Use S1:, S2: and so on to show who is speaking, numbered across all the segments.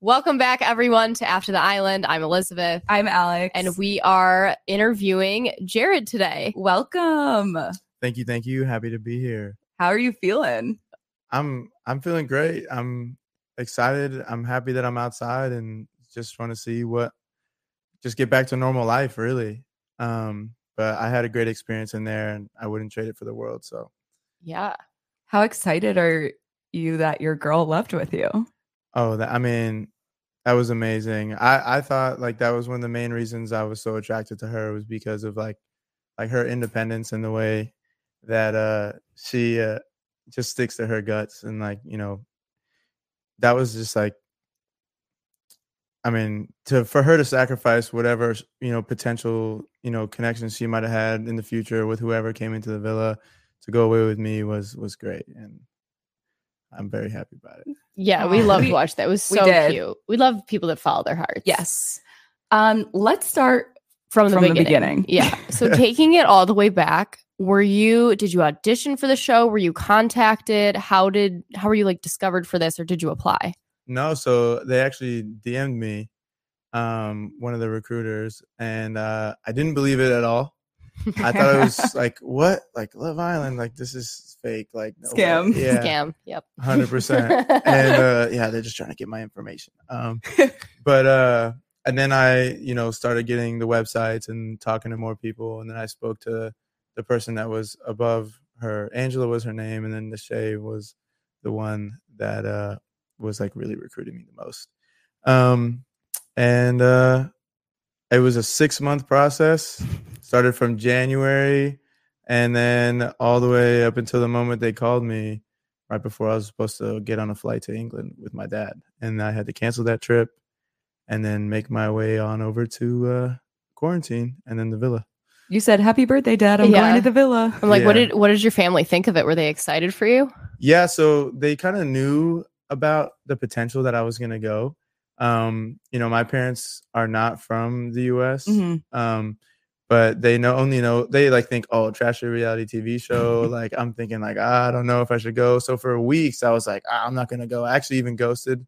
S1: Welcome back, everyone, to After the Island. I'm Elizabeth,
S2: I'm Alex.
S1: and we are interviewing Jared today.
S2: welcome.
S3: Thank you, thank you. Happy to be here.
S2: How are you feeling?
S3: I'm I'm feeling great. I'm excited. I'm happy that I'm outside and just want to see what just get back to normal life really. Um but I had a great experience in there and I wouldn't trade it for the world. So
S1: Yeah.
S2: How excited are you that your girl left with you?
S3: oh that I mean that was amazing. I I thought like that was one of the main reasons I was so attracted to her was because of like like her independence and the way that uh she uh, just sticks to her guts and like you know that was just like i mean to for her to sacrifice whatever you know potential you know connections she might have had in the future with whoever came into the villa to go away with me was was great and i'm very happy about it
S1: Yeah, we
S2: Aw.
S1: love
S2: We-
S1: watch that. It was
S2: we
S1: so
S2: did.
S1: cute. We love people that follow their hearts.
S2: Yes. Um, let's start.
S1: From the,
S2: From the
S1: beginning.
S2: beginning.
S1: Yeah. So taking it all the way back, were you did you audition for the show? Were you contacted? How did how were you like discovered for this or did you apply?
S3: No, so they actually DM'd me, um, one of the recruiters, and uh, I didn't believe it at all. I thought it was like, what, like Love Island, like this is fake, like no way.
S2: Scam.
S3: yeah,
S1: Scam. Yep.
S3: hundred percent. And uh, yeah, they're just trying to get my information. Um, but uh, and then I, you know, started getting the websites and talking to more people, and then I spoke to the person that was above her. Angela was her name, and then Deshay was the one that uh, was like really recruiting me the most. Um, and uh, it was a six month process. Started from January, and then all the way up until the moment they called me right before I was supposed to get on a flight to England with my dad, and I had to cancel that trip, and then make my way on over to uh, quarantine and then the villa.
S2: You said, Happy birthday, Dad. I'm
S1: Yeah.
S2: going to the villa.
S1: I'm like, what
S3: Yeah.
S1: did what did your family think of it? Were they excited for you?
S3: Yeah, so they kind of knew about the potential that I was gonna go. Um, you know, my parents are not from the U.S.
S2: Mhm.
S3: um but they know only know they like think oh trashy reality tv show like i'm thinking like ah, i don't know if i should go so for weeks i was like ah, i'm not gonna go i actually even ghosted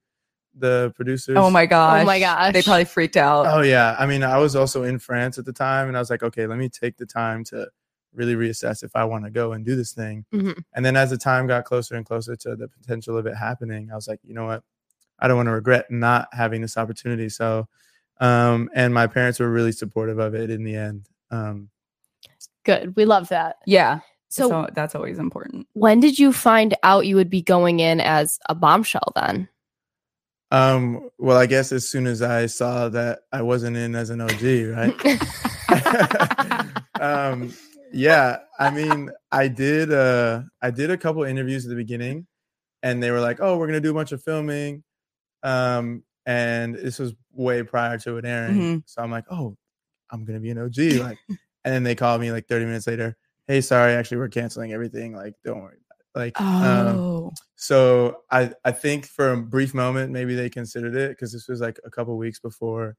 S3: the producers
S2: Oh my gosh.
S1: my gosh.
S2: They probably freaked out.
S3: oh yeah i mean i was also in france at the time and i was like okay let me take the time to really reassess if i want to go and do this thing
S1: Mhm.
S3: and then as the time got closer and closer to the potential of it happening i was like you know what i don't want to regret not having this opportunity so um and my parents were really supportive of it in the end um
S1: Good. We love that.
S2: Yeah.
S1: So,
S2: so that's always important.
S1: when did you find out you would be going in as a bombshell then?
S3: Um, well, I guess as soon as I saw that I wasn't in as an OG, right? um, yeah, I mean, I did uh I did a couple interviews at the beginning and they were like, "Oh, we're going to do a bunch of filming." Um, and this was way prior to it airing.
S2: Mhm.
S3: So I'm like, "Oh, I'm going to be an OG." Like, and then they called me like 30 minutes later, "Hey, sorry, actually we're canceling everything. Like, don't worry." About it. Like, um,
S2: Oh.
S3: so I I think for a brief moment maybe they considered it because this was like a couple weeks before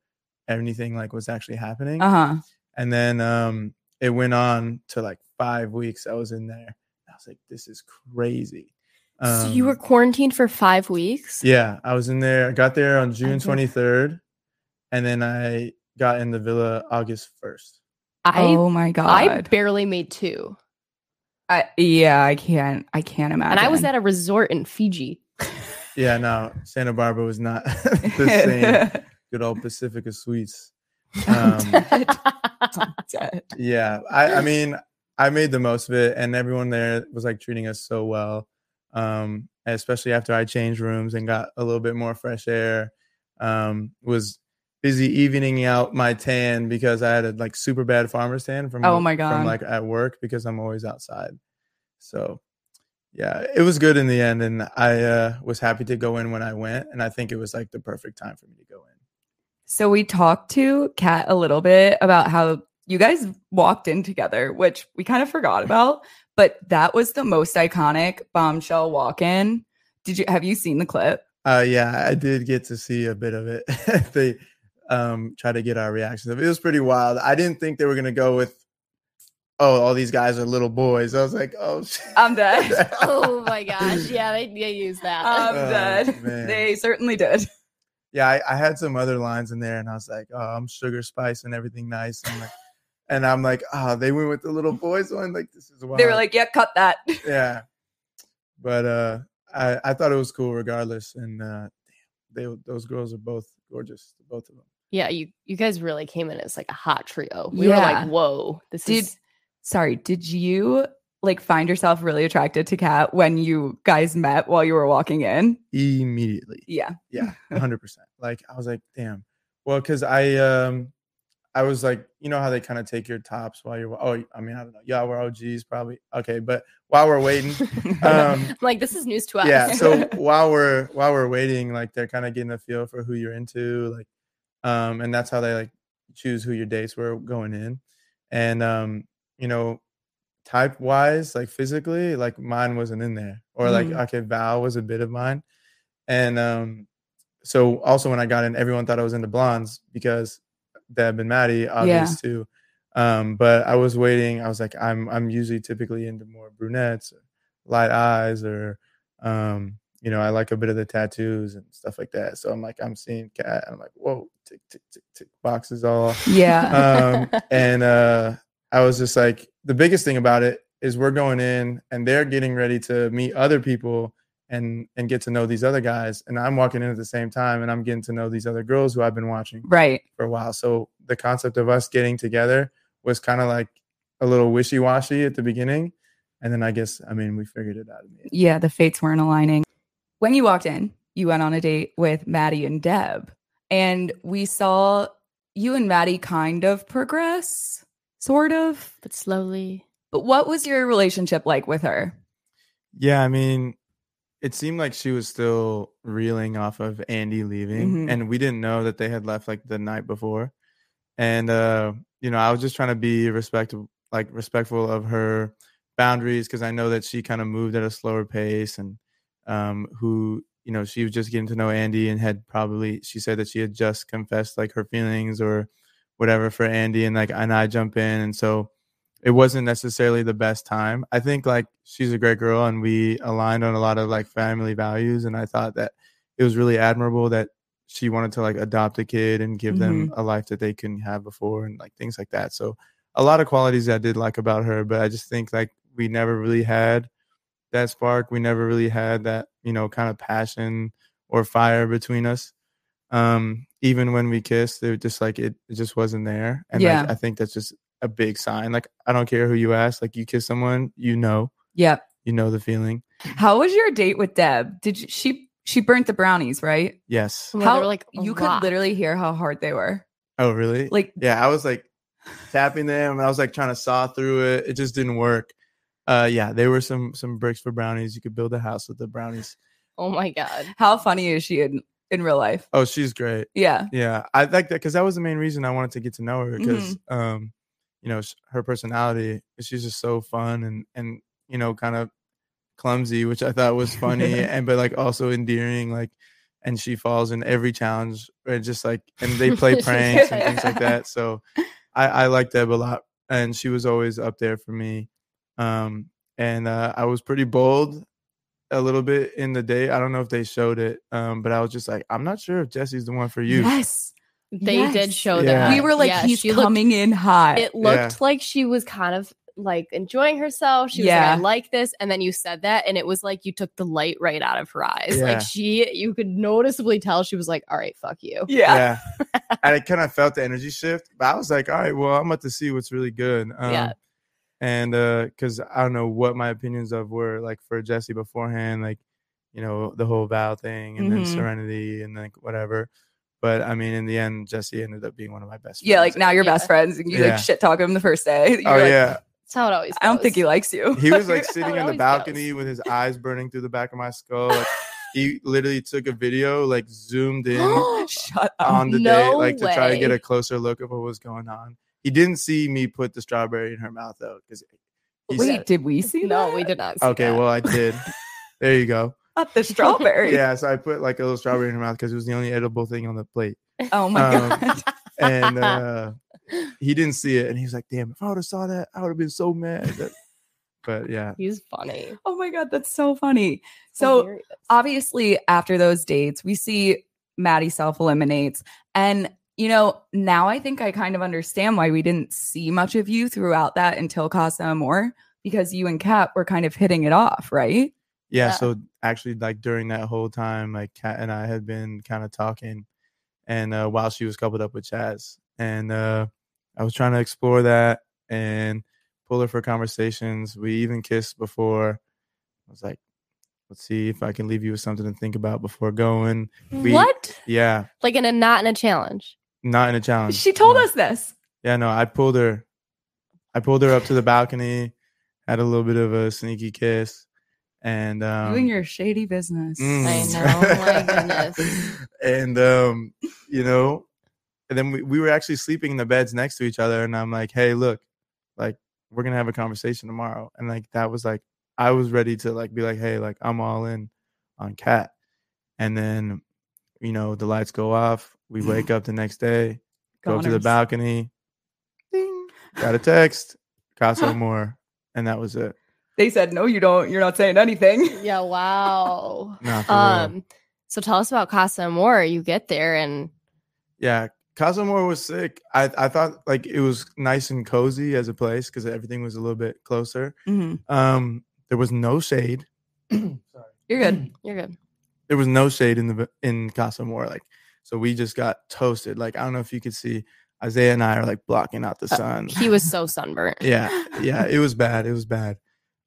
S3: anything like was actually happening,
S2: Uh huh.
S3: and then um it went on to like five weeks. I was in there. I was like, this is crazy. Um,
S1: so you were quarantined for five weeks?
S3: yeah. I was in there. I got there on June
S1: did-
S3: twenty third, and then I got in the villa August first.
S1: I
S2: oh my
S1: I
S2: God.
S1: barely made two.
S2: I, yeah, I can't. I can't imagine.
S1: And I was at a resort in Fiji.
S3: Yeah, no, Santa Barbara was not the same. Good old Pacifica Suites. Um,
S2: Dead.
S3: yeah I, I mean i made the most of it and everyone there was like treating us so well um especially after i changed rooms and got a little bit more fresh air um was busy evening out my tan because i had a like super bad farmer's tan from
S2: Oh my
S3: from
S2: God.
S3: like at work because i'm always outside so yeah it was good in the end and i uh was happy to go in when i went and i think it was like the perfect time for me to go in
S2: So we talked to Kat a little bit about how you guys walked in together, which we kind of forgot about, but that was the most iconic bombshell walk in. Did you have you seen the clip?
S3: Uh, yeah, I did get to see a bit of it. they um try to get our reactions. It was pretty wild. I didn't think they were gonna go with, oh, all these guys are little boys. I was like, oh, shit.
S2: I'm Oh dead.
S1: oh my gosh. Yeah, they, they use that.
S2: I'm
S3: Oh,
S2: dead.
S3: man.
S2: They certainly did.
S3: yeah, I, I had some other lines in there, and I was like, oh, I'm sugar spice and everything nice, and like, and I'm like, oh, they went with the little boys one. Like this is wild.
S2: They were like, yeah, cut that.
S3: yeah, but uh, I I thought it was cool regardless, and uh, they those girls are both gorgeous, both of them.
S1: Yeah, you you guys really came in as like a hot trio. We were
S2: Yeah.
S1: like, whoa, this
S2: Did
S1: is
S2: sorry, did you like find yourself really attracted to Kat when you guys met while you were walking in?
S3: Immediately,
S2: Yeah.
S3: yeah 100% like i was like damn well because i um i was like you know how they kind of take your tops while you're oh i mean i don't know y'all were og's probably okay but while we're waiting um
S1: I'm like this is news to us.
S3: yeah so while we're while we're waiting like they're kind of getting a feel for who you're into like um and that's how they like choose who your dates were going in and um you know type wise like physically like mine wasn't in there or like
S2: Mhm.
S3: okay val was a bit of mine and um so also when i got in everyone thought i was into blondes because deb and maddie obvious too um but i was waiting i was like i'm i'm usually typically into more brunettes light eyes or um you know i like a bit of the tattoos and stuff like that so i'm like i'm seeing cat and i'm like whoa tick tick tick tick boxes all
S2: Yeah.
S3: um and uh i was just like the biggest thing about it is we're going in and they're getting ready to meet other people and and get to know these other guys and i'm walking in at the same time and i'm getting to know these other girls who i've been watching
S2: right.
S3: for a while. So the concept of us getting together was kind of like a little wishy washy at the beginning. And then I guess, I mean, we figured it out. in the end.
S2: Yeah, the fates weren't aligning. When you walked in, you went on a date with Maddie and Deb, and we saw you and Maddie kind of progress, sort of.
S1: but slowly.
S2: But what was your relationship like with her?
S3: Yeah, I mean, it seemed like she was still reeling off of Andy leaving,
S2: Mhm.
S3: and we didn't know that they had left like the night before. And uh, you know, I was just trying to be respectful, like respectful of her boundaries, because I know that she kind of moved at a slower pace, and um, who you know, she was just getting to know Andy, and had probably she said that she had just confessed like her feelings or whatever for Andy, and like and I jump in, and so it wasn't necessarily the best time. I think like she's a great girl and we aligned on a lot of like family values and I thought that it was really admirable that she wanted to like adopt a kid and give them a life that they couldn't have before and like things like that. So a lot of qualities I did like about her, but I just think like we never really had that spark. We never really had that, you know, kind of passion or fire between us. Um even when we kissed, it just like it, it just wasn't there. And
S2: Yeah.
S3: like, I think that's just a big sign. Like I don't care who you ask. Like you kiss someone, you know,
S2: Yep.
S3: you know the feeling.
S2: How was your date with Deb? Did you, she she burnt the brownies, right?
S3: Yes.
S1: Well, they
S2: how
S1: were like a
S2: you
S1: rock.
S2: could literally hear how hard they were.
S3: Oh really?
S2: Like
S3: yeah, I was like tapping them. and I was like trying to saw through it. It just didn't work. Uh, yeah, they were some some bricks for brownies. You could build a house with the brownies.
S1: Oh my god.
S2: how funny is she in in real life?
S3: Oh, she's great.
S2: Yeah.
S3: Yeah, I like that because that was the main reason I wanted to get to know her because, um, you know, sh- her personality. She's just so fun and and you know, kind of clumsy, which I thought was funny and but like also endearing. Like, and she falls in every challenge and just like and they play pranks and things like that. So, I I liked Deb a lot, and she was always up there for me. Um, and uh, I was pretty bold a little bit in the day. I don't know if they showed it, um, but I was just like, I'm not sure if Jesse's the one for you.
S2: Yes.
S1: They did
S2: Yes.
S1: show that.
S3: Yeah.
S2: We were like,
S1: Yeah,
S2: he's
S1: she looked-
S2: coming in hot.
S1: it looked
S3: Yeah.
S1: like she was kind of like enjoying herself. She was like,
S2: Yeah.
S1: I like this. And then you said that, and it was like you took the light right out of her eyes.
S3: Yeah.
S1: Like she, you could noticeably tell she was like, all right, fuck you.
S2: yeah.
S3: yeah. and I kind of felt the energy shift, but I was like, all right, well, I'm about to see what's really good. Um,
S1: Yeah.
S3: And because I don't know what my opinions of were like for Jesse beforehand, like, you know, the whole Val thing and then
S2: Mhm.
S3: Serenity and like whatever. But I mean, in the end, Jesse ended up being one of my best
S2: Yeah, like
S3: friends.
S2: now you're
S1: Yeah.
S2: best friends and you
S3: Yeah.
S2: like shit talk him the first day. You're
S3: Oh,
S2: like,
S3: yeah.
S1: That's how it always
S2: I don't
S1: goes.
S2: think he likes you.
S3: He was like sitting
S1: It
S3: in the
S1: always
S3: balcony with his eyes burning through the back of my skull. Like, he literally took a video, like, zoomed
S2: Oh
S3: in
S2: Shut up.
S3: on the day,
S1: Um, No
S3: like to try to get
S1: way.
S3: a closer look of what was going on. He didn't see me put the strawberry in her mouth though, because
S2: Wait, did we see
S1: No,
S2: that?
S1: we did not. See
S3: okay,
S1: that.
S3: well I did. there you go.
S2: Not the strawberry.
S3: Yeah, so I put like a little strawberry in her mouth because it was the only edible thing on the plate,
S2: Oh my
S3: Um,
S2: god.
S3: and uh, he didn't see it, and he was like, "Damn, if I would have saw that, I would have been so mad." That- But yeah,
S1: he's funny.
S2: Oh my god, that's so funny. So
S1: Hilarious.
S2: obviously after those dates, we see Maddie self eliminates. And, you know, now I think I kind of understand why we didn't see much of you throughout that until Casa Amor, because you and Kat were kind of hitting it off, right?
S3: yeah,
S2: Uh,
S1: Yeah.
S3: so actually like during that whole time like kat and i had been kind of talking and uh while she was coupled up with chaz and uh i was trying to explore that and pull her for conversations we even kissed before i was like let's see if i can leave you with something to think about before going We-
S1: what?
S3: yeah
S1: Like in a not in a challenge.
S3: not in a challenge
S2: She told
S3: no.
S2: us this.
S3: yeah no i pulled her i pulled her up to the balcony had a little bit of a sneaky kiss and um mm.
S2: you and your shady business.
S1: I know, my goodness.
S3: And um, you know, and then we, we were actually sleeping in the beds next to each other, and I'm like, hey, look, like we're gonna have a conversation tomorrow. And like that was like I was ready to like be like, hey, like I'm all in on cat. And then, you know, the lights go off. We wake up the next day, go up to the
S2: Goners.
S3: balcony, ding, got a text, Casa Moore, and that was it.
S2: They said, no, you don't. You're not saying anything.
S1: Yeah, wow.
S3: Nah, for real.
S1: um so tell us about Casa Amor. You get there and
S3: Yeah, Cosmore was sick. I I thought like it was nice and cozy as a place because everything was a little bit closer.
S2: Mhm.
S3: Um, there was no shade. Sorry,
S2: You're good.
S1: you're good.
S3: there was no shade in the in Cosmore. Like, so we just got toasted. Like, I don't know if you could see Isaiah and I are like blocking out the sun.
S1: He was so sunburnt.
S3: yeah, yeah, it was bad. It was bad.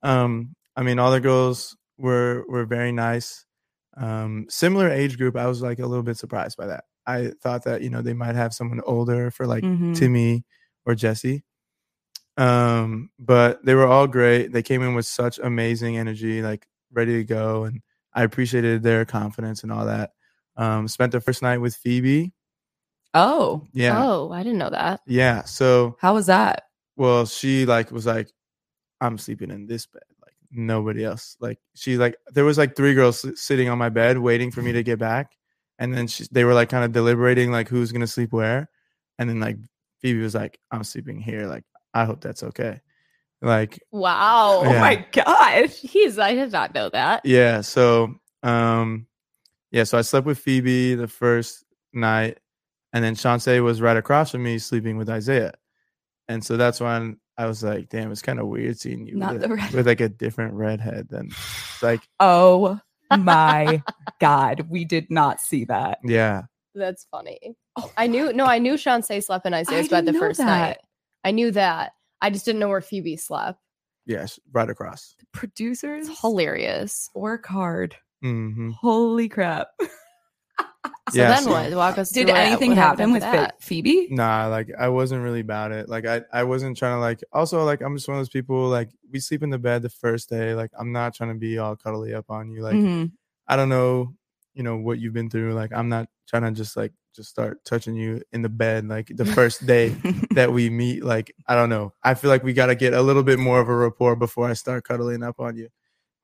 S3: Um, I mean, all the girls were were very nice. Um, similar age group. I was like a little bit surprised by that. I thought that you know they might have someone older for like
S2: Mhm.
S3: Timmy or Jesse. Um, but they were all great. They came in with such amazing energy, like ready to go, and I appreciated their confidence and all that. Um, spent the first night with Phoebe.
S2: Oh,
S3: Yeah,
S1: Oh, I didn't know that.
S3: yeah. So
S2: how was that?
S3: well she like was like i'm sleeping in this bed like nobody else like she like there was like three girls s- sitting on my bed waiting
S2: Mm-hmm.
S3: for me to get back and then she, they were like kind of deliberating like who's gonna sleep where and then like phoebe was like i'm sleeping here like i hope that's okay like
S1: Wow.
S2: Oh
S3: Yeah.
S2: my gosh.
S1: Jeez, I did not know that.
S3: yeah so um yeah so i slept with phoebe the first night and then Chauncey was right across from me sleeping with isaiah and so that's when i was like damn it's kind of weird seeing you
S2: Not
S3: with,
S2: the
S3: a-
S2: red-
S3: with like a different redhead than it's like
S2: Oh my God. We did not see that.
S3: yeah
S1: That's funny.
S2: Oh,
S1: I knew no, I knew Shantae slept in Isaiah's bed the
S2: didn't know
S1: first
S2: that.
S1: night. I knew that. I just didn't know where Phoebe slept.
S3: yes right across
S2: Producers
S1: It's hilarious.
S2: work hard.
S3: hmm
S2: Holy crap.
S1: So
S3: Yeah,
S1: then
S3: so-
S1: what? Walk us
S2: Did
S1: through what-
S2: anything
S1: what
S2: happen
S1: happened
S2: with
S1: after
S2: Phe- Phoebe?
S3: nah like i wasn't really about it like i i wasn't trying to like also like i'm just one of those people like we sleep in the bed the first day like i'm not trying to be all cuddly up on you like
S1: Mm-hmm.
S2: Mhm.
S3: I don't know, you know, what you've been through. Like, I'm not trying to just like just start touching you in the bed like the first day that we meet. Like, I don't know. I feel like we got to get a little bit more of a rapport before I start cuddling up on you,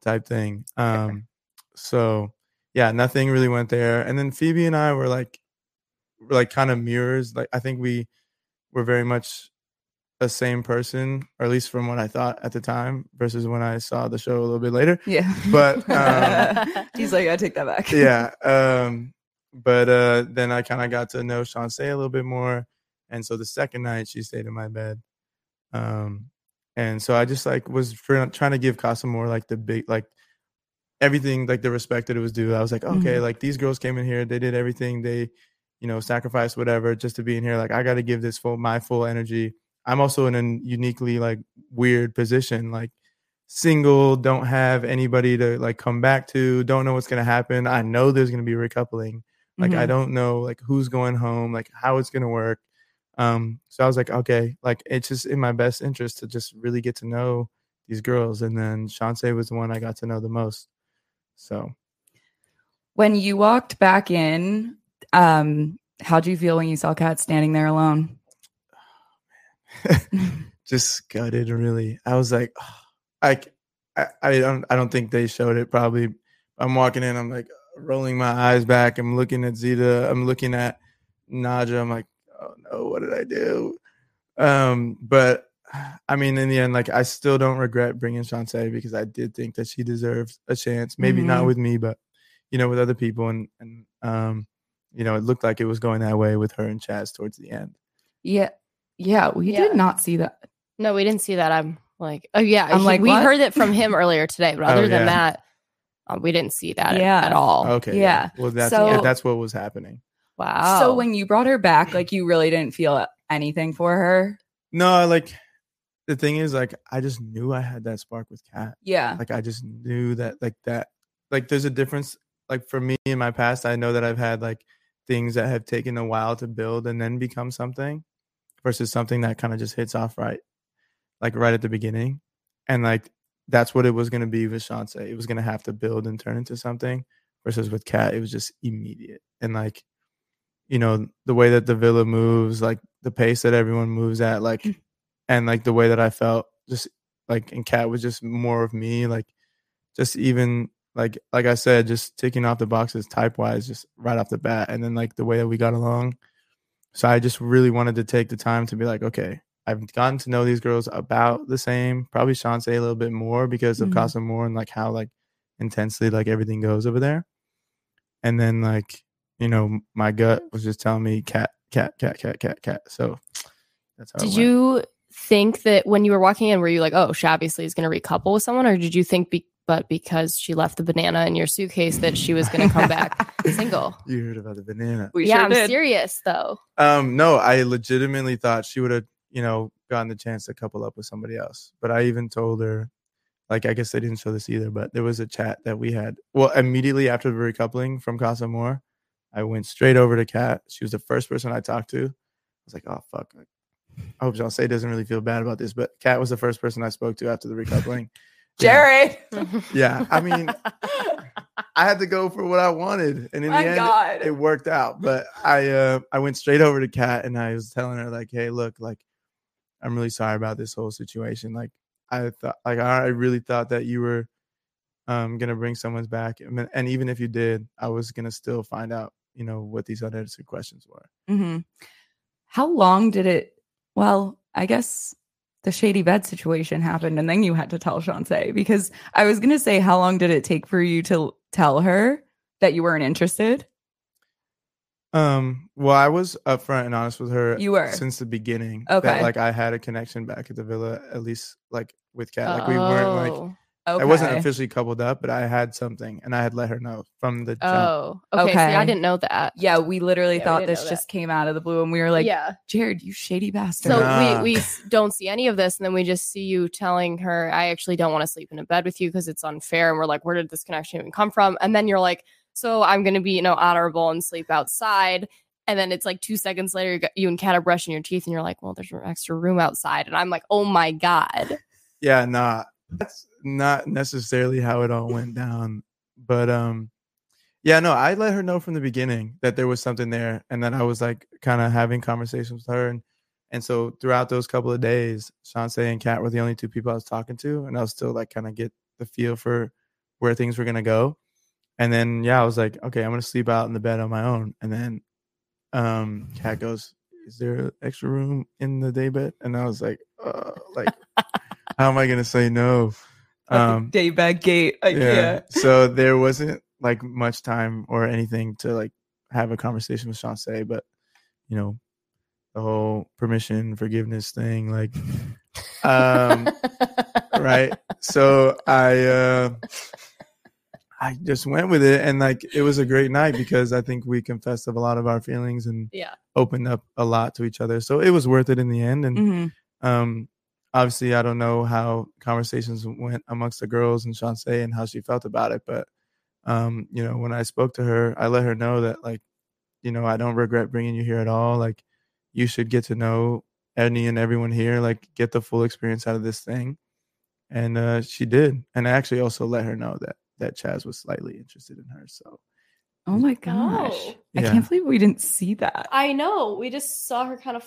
S3: type thing. Um, so yeah, nothing really went there. And then Phoebe and I were like, were like kind of mirrors. Like, I think we were very much the same person, or at least from what I thought at the time, versus when I saw the show a little bit later.
S2: yeah.
S3: But,
S1: um,
S2: he's like, I take that back.
S3: yeah. Um, but uh, then I kind of got to know Shantae a little bit more, and so the second night she stayed in my bed, um, and so I just like was try- trying to give Casa more like the big like everything like the respect that it was due. I was like, okay,
S2: Mhm.
S3: like these girls came in here, they did everything, they you know sacrificed whatever just to be in here. Like I got to give this full my full energy. I'm also in a uniquely like weird position, like single, don't have anybody to like come back to, don't know what's gonna happen. I know there's gonna be recoupling. Like I
S2: Mhm.
S3: don't know like who's going home, like how it's gonna work. Um, so I was like, okay, like it's just in my best interest to just really get to know these girls. And then Shantae was the one I got to know the most. So
S2: When you walked back in, um, how'd you feel when you saw Kat standing there alone?
S3: just gutted really i was like like I, I don't i don't think they showed it probably i'm walking in i'm like rolling my eyes back i'm looking at zeta i'm looking at naja i'm like oh no what did i do um but i mean in the end like i still don't regret bringing Shantae because i did think that she deserved a chance maybe not
S2: Mhm.
S3: with me but you know with other people and and um you know, it looked like it was going that way with her and Chaz towards the end.
S2: Yeah. Yeah. We
S1: Yeah.
S2: did not see that.
S1: No, we didn't see that. I'm like, oh yeah,
S2: I'm
S1: he-
S2: like,
S1: we
S2: what? Oh,
S1: heard it from him earlier today, but other
S3: yeah.
S1: than that, um, we didn't see that at-
S2: Yeah.
S1: at, all.
S3: Okay.
S2: Oh, Yeah.
S3: Well, that's
S2: So-
S3: that's what was happening.
S1: Wow.
S2: So when you brought her back, like you really didn't feel anything for her.
S3: No, like the thing is, like I just knew I had that spark with Kat.
S2: Yeah.
S3: Like I just knew that, like that, like there's a difference. Like for me in my past, I know that I've had like things that have taken a while to build and then become something, versus something that kind of just hits off right, like right at the beginning, and like that's what it was gonna be with Shantae. It was gonna have to build and turn into something. Versus with Kat, it was just immediate and like. You know the way that the villa moves, like the pace that everyone moves at, like and like the way that I felt just like and Cat was just more of me like just even like like I said just ticking off the boxes type wise just right off the bat and then like the way that we got along so I just really wanted to take the time to be like okay I've gotten to know these girls about the same probably Shantae a little bit more because of
S2: Mhm.
S3: Casa Moore and like how like intensely like everything goes over there and then like you know my gut was just telling me cat cat cat cat cat cat so that's
S2: Oh,
S3: how it
S1: did
S3: went.
S1: you think that when you were walking in, were you like, oh, she obviously is going to recouple with someone, or did you think, be- but because she left the banana in your suitcase, that she was going to come back single?
S3: You heard about the banana.
S2: we
S1: yeah,
S2: sure
S1: I'm
S2: did.
S1: serious though.
S3: Um, no, I legitimately thought she would have, you know, gotten the chance to couple up with somebody else. But I even told her, like, I guess they didn't show this either, but there was a chat that we had. Well, immediately after the recoupling from Casa Moore, I went straight over to Kat. She was the first person I talked to. I was like, oh, fuck. I hope Jose doesn't really feel bad about this, but Kat was the first person I spoke to after the recoupling. Yeah.
S2: Jared.
S3: Yeah. I mean, I had to go for what I wanted. And in
S2: My
S3: the end,
S2: God.
S3: it worked out. But I uh, I went straight over to Kat and I was telling her like, hey, look, like I'm really sorry about this whole situation. Like I thought, like I I really thought that you were um gonna bring someone's back, I mean, and even if you did, I was gonna still find out, you know, what these unanswered questions were.
S2: hmm How long did it? Well, I guess the shady bed situation happened, and then you had to tell Shantae because I was gonna say, how long did it take for you to tell her that you weren't interested?
S3: Um, well, I was upfront and honest with her.
S2: You were.
S3: since the beginning.
S2: Okay.
S3: that, like I had a connection back at the villa, at least like with Kat. Like we weren't like
S1: Oh.
S2: Okay.
S3: I wasn't officially coupled up, but I had something, and I had let her know from the jump.
S1: Oh, okay. See,
S2: Okay.
S1: I didn't know that.
S2: Yeah, we literally
S1: Yeah, we
S2: thought
S1: didn't
S2: this
S1: know
S2: just came out of the blue, and we were like,
S1: yeah.
S2: Jared, you shady bastard.
S1: So
S3: Nah.
S1: we we s- don't see any of this, and then we just see you telling her, "I actually don't want to sleep in a bed with you because it's unfair." And we're like, "Where did this connection even come from?" And then you're like, "So I'm going to be, you know, honorable and sleep outside." And then it's like two seconds later, you got- you and Kat are brushing your teeth, and you're like, "Well, there's an extra room outside," and I'm like, "Oh my god!"
S3: Yeah, nah, that's not necessarily how it all went down, but um, yeah, no, I let her know from the beginning that there was something there, and then I was like kind of having conversations with her, and and so throughout those couple of days, Shantae and Kat were the only two people I was talking to, and I was still like kind of get the feel for where things were gonna go, and then yeah, I was like, okay, I'm gonna sleep out in the bed on my own, and then um, Kat goes, is there an extra room in the day bed? And I was like, uh, like, how am I gonna say no? Um,
S2: day bed gate idea.
S3: So there wasn't like much time or anything to like have a conversation with Shantae, but you know, the whole permission, forgiveness thing, like, um, right. So I, uh, I just went with it, and like it was a great night because I think we confessed of a lot of our feelings and
S1: Yeah.
S3: opened up a lot to each other. So it was worth it in the end, and
S2: Mhm.
S3: um, obviously, I don't know how conversations went amongst the girls and Shantae and how she felt about it, but um, you know, when I spoke to her, I let her know that like, you know, I don't regret bringing you here at all. Like, you should get to know any and everyone here. Like, get the full experience out of this thing, and uh, she did. And I actually also let her know that that Chaz was slightly interested in her. So
S2: Oh my gosh.
S1: Oh.
S2: I
S3: Yeah.
S2: can't believe we didn't see that.
S1: I know. We just saw her kind of.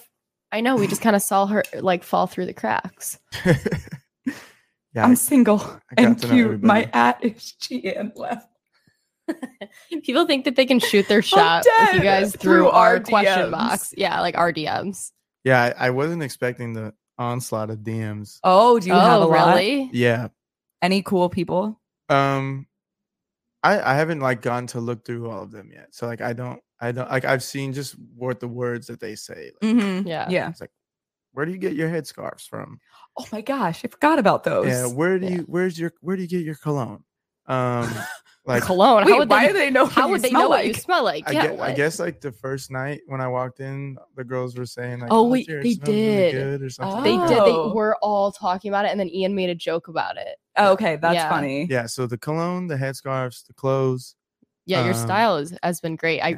S1: I know. We just kind of saw her like fall through the cracks.
S3: yeah,
S2: I'm single
S3: got
S2: and
S3: to know
S2: cute. My
S3: everybody.
S2: at is GN left.
S1: People think that they can shoot their shot with you
S2: dead.
S1: guys through,
S2: Through
S1: our,
S2: our DMs.
S1: question box. Yeah, like our DMs.
S3: yeah, I, I wasn't expecting the onslaught of DMs.
S2: Oh, do you
S1: oh,
S2: have a lot?
S1: really?
S3: Yeah,
S2: Any cool people?
S3: Um, I I haven't like gone to look through all of them yet, so like I don't I don't like I've seen just what the words that they say.
S1: Mm.
S3: Like,
S2: Mhm.
S1: Yeah.
S2: Yeah.
S3: Where do you get your headscarves from?
S2: Oh my gosh, I forgot about those.
S3: Yeah, where do
S1: yeah.
S3: you where's your where do you get your cologne? Um like
S1: cologne.
S2: Wait,
S1: how would
S2: why
S1: they,
S2: do they know? what
S1: how
S2: you
S1: would they
S2: smell
S1: know what
S2: like?
S1: you smell like?
S3: I,
S1: yeah.
S3: guess, I
S1: what?
S3: guess like the first night when I walked in, the girls were saying like,
S1: Oh, wait,
S3: Jared
S1: they
S3: smells really
S1: did.
S3: good," or something.
S1: they
S3: like
S1: did.
S3: that.
S1: They
S2: Oh.
S1: were all talking about it, and then Ian made a joke about it.
S2: Oh, okay, that's
S1: Yeah.
S2: funny.
S3: Yeah, so the cologne, the headscarves, the clothes.
S1: Yeah, your
S3: Um,
S1: style is, has been great. I
S3: yeah.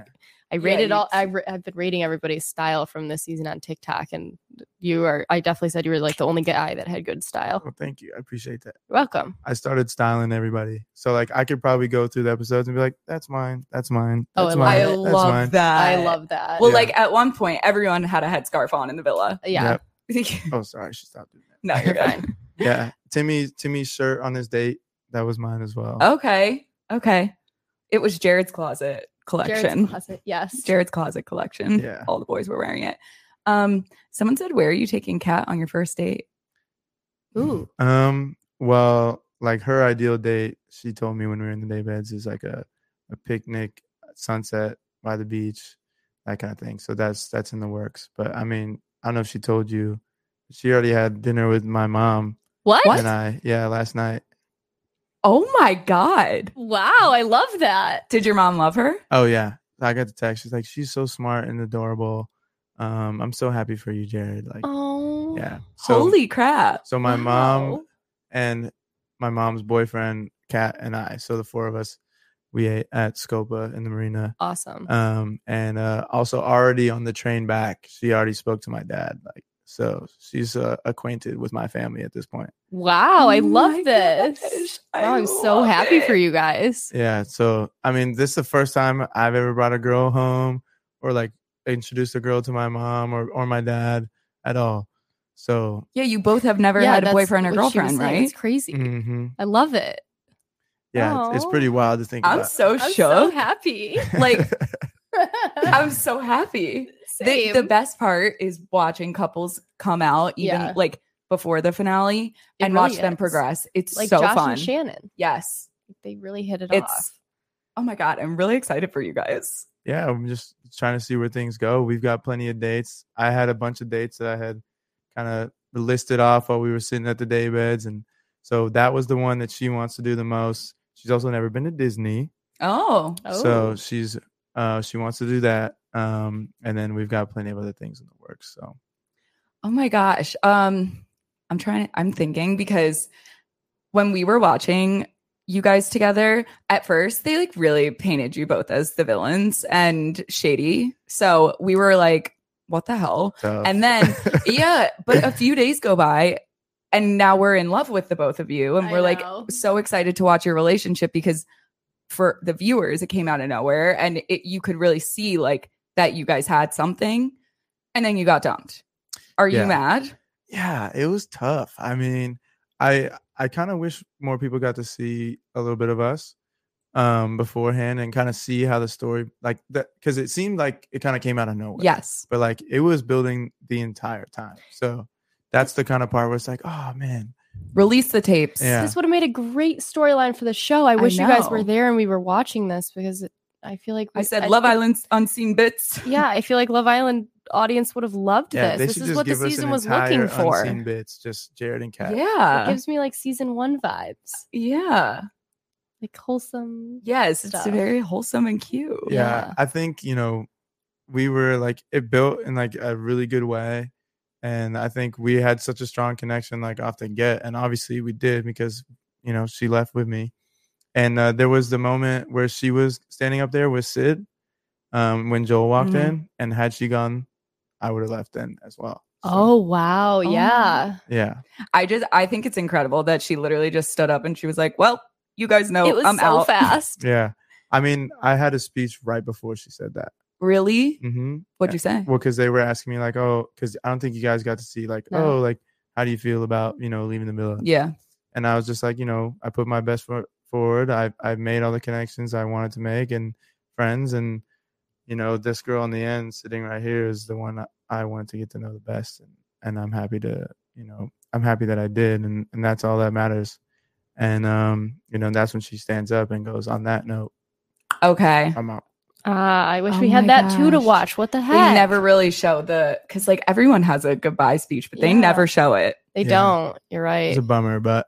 S1: I
S2: Uh. Yeah,
S1: rated
S2: you-
S1: all. I re- I've been rating everybody's style from this season on TikTok, and you are. I definitely said you were like the only guy that had good style.
S3: Well, thank you. I appreciate that.
S1: You're welcome.
S3: I started styling everybody. So like I could probably go through the episodes and be like, that's mine, that's mine,
S1: Oh,
S3: that's
S1: I
S3: mine,
S2: I
S1: That's
S2: love
S3: mine.
S2: that.
S1: I love that.
S2: Well,
S3: Yeah.
S2: like at one point, everyone had a headscarf on in the villa.
S1: yeah,
S3: Yep. Oh, sorry, I should stop doing that.
S2: no, you're
S1: You're
S2: good.
S3: Yeah. Timmy's Timmy's shirt on his date, that was mine as well.
S2: Oh. okay, okay. It was Jared's closet
S1: Jared's
S2: collection.
S1: closet, Yes.
S2: Jared's closet collection.
S3: Yeah.
S2: all the boys were wearing it. Um, someone said, "Where are you taking Kat on your first date?"
S1: Ooh.
S3: Um, well, like her ideal date, she told me when we were in the daybeds is like a, a picnic, sunset by the beach, that kind of thing. So that's that's in the works. But I mean, I don't know if she told you, she already had dinner with my mom
S1: What?
S2: What?
S3: and I. Yeah, last night.
S2: Oh my god!
S1: Wow, I love that.
S2: Did your mom love her?
S3: Oh yeah, I got the text. She's like, she's so smart and adorable. Um, I'm so happy for you, Jared. Like,
S1: Oh.
S3: yeah. So,
S2: Holy crap!
S3: So my mom uh,
S1: Wow.
S3: and my mom's boyfriend, Kat, and I. So the four of us, we ate at Scopa in the marina.
S1: Awesome.
S3: Um, and uh, also already on the train back, she already spoke to my dad. Like, so she's uh, acquainted with my family at this point.
S1: wow, I
S2: Oh
S1: love
S2: my
S1: this.
S2: gosh, I
S1: Wow, I'm so
S2: love
S1: happy for
S2: it.
S1: you guys.
S3: Yeah. So I mean, this is the first time I've ever brought a girl home or like introduced a girl to my mom or or my dad at all. So.
S2: Yeah, you both have never
S1: Yeah,
S2: had a
S1: that's
S2: boyfriend or
S1: what she was
S2: girlfriend,
S1: saying.
S2: right?
S1: It's crazy.
S3: hmm
S1: I love it.
S3: Yeah, it's, it's
S1: Aw.
S3: pretty wild to think
S2: I'm
S3: about.
S2: so
S1: I'm
S2: shook.
S1: so happy.
S2: like-
S1: Same.
S2: I'm so happy. The, the best part is watching couples come out, even
S1: Yeah.
S2: like before the finale,
S1: It
S2: and
S1: really
S2: watch them
S1: is.
S2: progress. It's
S1: Like
S2: so
S1: Josh
S2: fun.
S1: and Shannon.
S2: yes,
S1: They really hit it
S2: it's.
S1: off.
S2: Oh my god, I'm really excited for you guys.
S3: yeah, I'm just trying to see where things go. We've got plenty of dates. I had a bunch of dates that I had kind of listed off while we were sitting at the day beds. And so that was the one that she wants to do the most. She's also never been to Disney.
S2: Oh,
S3: So she's uh she wants to do that. Um and then we've got plenty of other things in the works. So
S2: Oh my gosh. Um I'm trying I'm thinking because when we were watching you guys together, at first they like really painted you both as the villains and shady. So we were like, what the hell?
S3: tough.
S2: And then yeah, but a few days go by and now we're in love with the both of you and
S1: I
S2: we're like
S1: know.
S2: so excited to watch your relationship because for the viewers it came out of nowhere and it, you could really see like that you guys had something and then you got dumped. Are
S3: Yeah.
S2: you mad?
S3: yeah it was tough i mean i i kind of wish more people got to see a little bit of us um beforehand and kind of see how the story like that because it seemed like it kind of came out of nowhere
S2: Yes.
S3: but like it was building the entire time so that's the kind of part where it's like oh man
S2: Release the tapes.
S3: Yeah.
S1: This would have made a great storyline for the show. I wish you guys were
S2: know.
S1: there and we were watching this because it, I feel like
S2: I
S1: we-
S2: said Love
S1: think-
S2: Island's unseen bits.
S1: Yeah, I feel like Love Island audience would have loved
S3: yeah
S1: this. This is what the
S3: us an
S1: season was
S3: entire
S1: looking for.
S3: unseen bits just jared and kat
S1: It
S2: Yeah.
S1: gives me like season one vibes,
S2: Yeah.
S1: like wholesome.
S2: Yes. It's
S1: Stuff.
S2: very wholesome and cute.
S3: yeah,
S1: Yeah.
S3: i think you know we were like it built in like a really good way and i think we had such a strong connection like off the get and obviously we did because you know she left with me and uh, there was the moment where she was standing up there with sid um, when joel walked
S2: Mhm.
S3: in and had she gone i would have left then as well So,
S1: Oh wow! Yeah,
S3: yeah
S2: I just I think it's incredible that she literally just stood up and she was like, Well, you guys know
S1: it was
S2: Oh, I'm
S1: so
S2: out.
S1: fast.
S3: yeah i mean i had a speech right before she said that
S2: Really?
S3: hmm
S2: What'd you say?
S3: well because they were asking me like oh because i don't think you guys got to see like
S1: No.
S3: oh like how do you feel about you know leaving the villa
S2: Yeah.
S3: and I was just like, you know, I put my best foot forward. I I made all the connections I wanted to make and friends, and you know, this girl in the end sitting right here is the one I- I wanted to get to know the best, and and I'm happy to, you know, I'm happy that I did, and and that's all that matters. And um, you know, that's when she stands up and goes, on that note,
S2: Okay.
S3: I'm out.
S1: Uh, I wish
S2: Oh
S1: we had
S2: my
S1: that too to
S2: gosh.
S1: watch. What the
S2: They
S1: heck?
S2: never really show the because like everyone has a goodbye speech, but they
S1: Yeah.
S2: never show it.
S1: They
S3: Yeah.
S1: don't. You're right.
S3: It's a bummer, but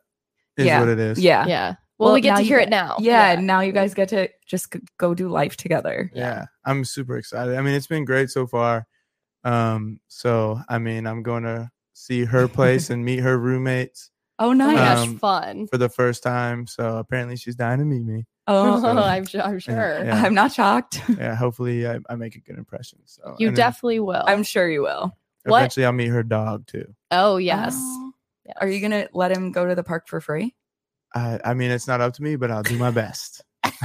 S3: it's
S2: Yeah.
S3: what it is.
S2: Yeah.
S1: yeah. Well,
S2: Well,
S1: we get
S2: now
S1: to
S2: you
S1: hear
S2: get-
S1: it now.
S2: Yeah, and now you guys get to just g- go do life together.
S3: yeah. I'm super excited. I mean, it's been great so far. Um, so I mean, I'm going to see her place and meet her roommates
S2: Oh,
S1: Oh my
S2: nice.
S1: gosh,
S3: Um,
S1: fun.
S3: for the first time. So apparently, she's dying to meet me.
S2: oh,
S3: so-
S1: I'm, su- I'm sure.
S3: yeah.
S2: I'm not shocked.
S3: Yeah, hopefully, I, I make a good impression. So
S1: You
S3: and then
S1: definitely will.
S2: I'm sure you will.
S1: What?
S3: eventually I'll meet her dog too.
S1: oh, yes.
S2: Oh. Are you gonna let him go to the park for free?
S3: I, I mean, it's not up to me, but I'll do my best.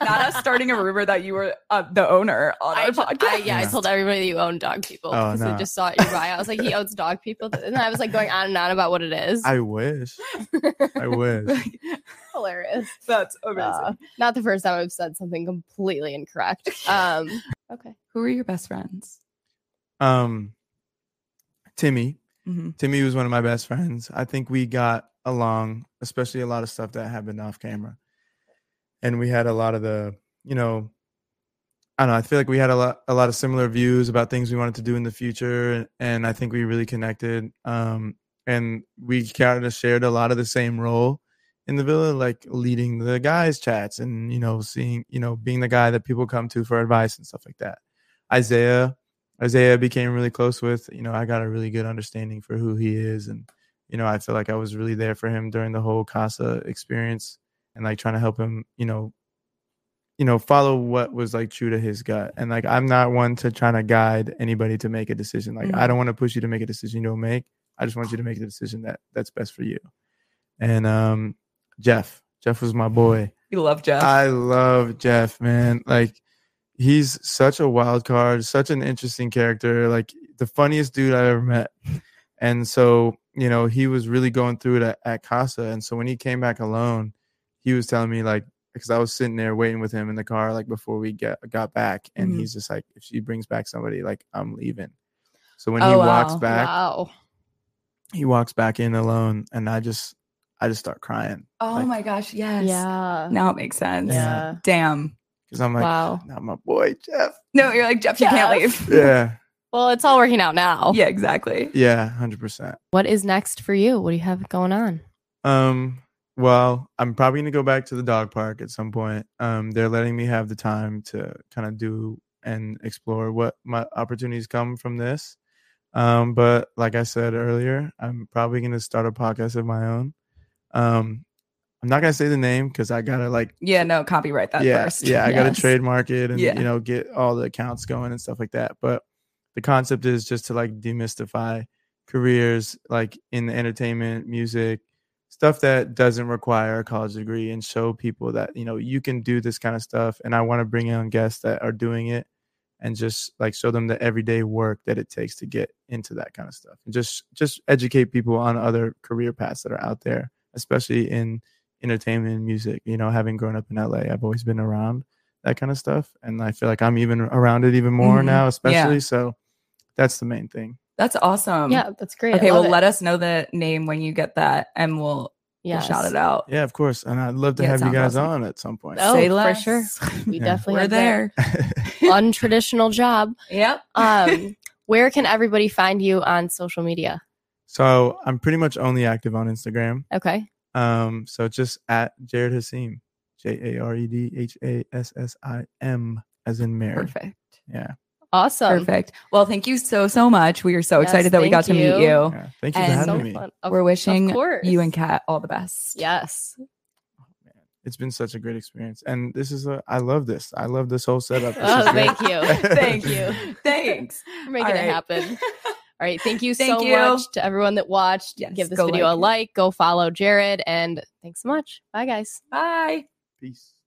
S2: Not us starting a rumor that you were uh, the owner on
S1: I,
S2: our
S1: ju-
S2: podcast.
S1: I, yeah, I
S3: Yeah.
S1: told everybody that you own dog people
S3: Oh,
S1: because
S3: no.
S1: I just saw it in your bio. I was like, he owns dog people, and I was like going on and on about what it is.
S3: I wish. I wish.
S1: Hilarious.
S2: That's amazing.
S1: Uh, not the first time I've said something completely incorrect. Um, okay.
S2: Who are your best friends?
S3: Um, Timmy,
S2: Mhm.
S3: Timmy was one of my best friends. I think we got along, especially a lot of stuff that happened off camera. And we had a lot of the, you know, I don't know, I feel like we had a lot a lot of similar views about things we wanted to do in the future and, and I think we really connected. Um and we kind of shared a lot of the same role in the villa, like leading the guys' chats and you know, seeing, you know, being the guy that people come to for advice and stuff like that. Isaiah Isaiah became really close with. You know, I got a really good understanding for who he is, and you know, I feel like I was really there for him during the whole Casa experience, and like trying to help him. You know, you know, follow what was like true to his gut, and like I'm not one to trying to guide anybody to make a decision. Like I
S2: Mhm.
S3: don't want to push you to make a decision you don't make. I just want you to make the decision that that's best for you. And um, Jeff, Jeff was my boy.
S2: You love Jeff.
S3: I love Jeff, man. Like he's such a wild card, such an interesting character, like the funniest dude I ever met. And so, you know, he was really going through it at, at Casa. And so when he came back alone, he was telling me like because I was sitting there waiting with him in the car like before we get got back. And
S2: Mhm.
S3: he's just like, if she brings back somebody, like I'm leaving. So when he
S2: Oh,
S3: walks
S2: wow.
S3: back,
S1: Wow.
S3: he walks back in alone and I just I just start crying.
S2: oh
S3: like-
S2: my gosh, yes.
S1: Yeah.
S2: Now it makes sense.
S1: Yeah.
S2: Damn.
S3: Because I'm like,
S1: Wow.
S3: not my boy, Jeff.
S2: No, you're like Jeff. You can't
S1: Jeff.
S2: leave.
S3: Yeah.
S1: Well, it's all working out now.
S2: Yeah, exactly.
S3: Yeah, hundred percent.
S1: What is next for you? What do you have going on?
S3: Um, well, I'm probably gonna go back to the dog park at some point. Um, they're letting me have the time to kind of do and explore what my opportunities come from this. Um, but like I said earlier, I'm probably gonna start a podcast of my own. Um, I'm not gonna say the name because I gotta like
S2: Yeah, no, copyright that
S3: yeah,
S2: first.
S3: Yeah, I got
S2: Yes.
S3: to trademark it and
S2: Yeah.
S3: you know get all the accounts going and stuff like that. But the concept is just to like demystify careers like in the entertainment, music, stuff that doesn't require a college degree and show people that you know you can do this kind of stuff and I want to bring on guests that are doing it and just like show them the everyday work that it takes to get into that kind of stuff and just just educate people on other career paths that are out there especially in entertainment and music you know having grown up in la i've always been around that kind of stuff and i feel like i'm even around it even more
S2: Mhm.
S3: now especially
S2: Yeah.
S3: so that's the main thing
S2: That's awesome.
S1: yeah, that's great.
S2: Okay, well, let us know the name when you get that, and we'll,
S1: yeah
S2: we'll shout it out.
S3: yeah of course and i'd love to
S2: Yeah, it
S3: have you
S2: sounds
S3: guys
S2: awesome.
S3: on at some point
S1: Oh,
S2: Say
S1: for
S2: less.
S1: sure. We
S3: Yeah.
S1: definitely
S2: We're
S1: have that
S2: there.
S1: untraditional job.
S2: yep.
S1: Um, where can everybody find you on social media?
S3: so i'm pretty much only active on instagram
S1: Okay.
S3: Um, so just at Jared Hassim, J A R E D H A S S I M, as in Mary.
S2: Perfect.
S3: Yeah.
S1: Awesome.
S2: Perfect. Well, thank you so so much. We are so
S1: Yes,
S2: excited that we
S1: thank
S2: got to meet
S1: you.
S2: you.
S3: yeah. Thank you
S2: And-
S3: for having
S1: So
S3: me.
S1: fun. Of-
S2: We're
S1: of
S2: wishing
S1: course.
S2: you and Kat all the best.
S1: Yes.
S3: It's been such a great experience, and this is a. I love this. I love this whole setup. This
S1: Oh,
S3: is great.
S1: thank you.
S2: Thank
S1: you.
S2: you. Thanks.
S1: We're making
S2: All
S1: it
S2: right.
S1: happen. All right. Thank you
S2: Thank
S1: so
S2: you.
S1: much to everyone that watched.
S2: Yes,
S1: Give this
S2: go
S1: video
S2: like
S1: a
S2: it.
S1: like. Go follow Jared. And thanks so much. Bye, guys.
S2: Bye.
S3: Peace.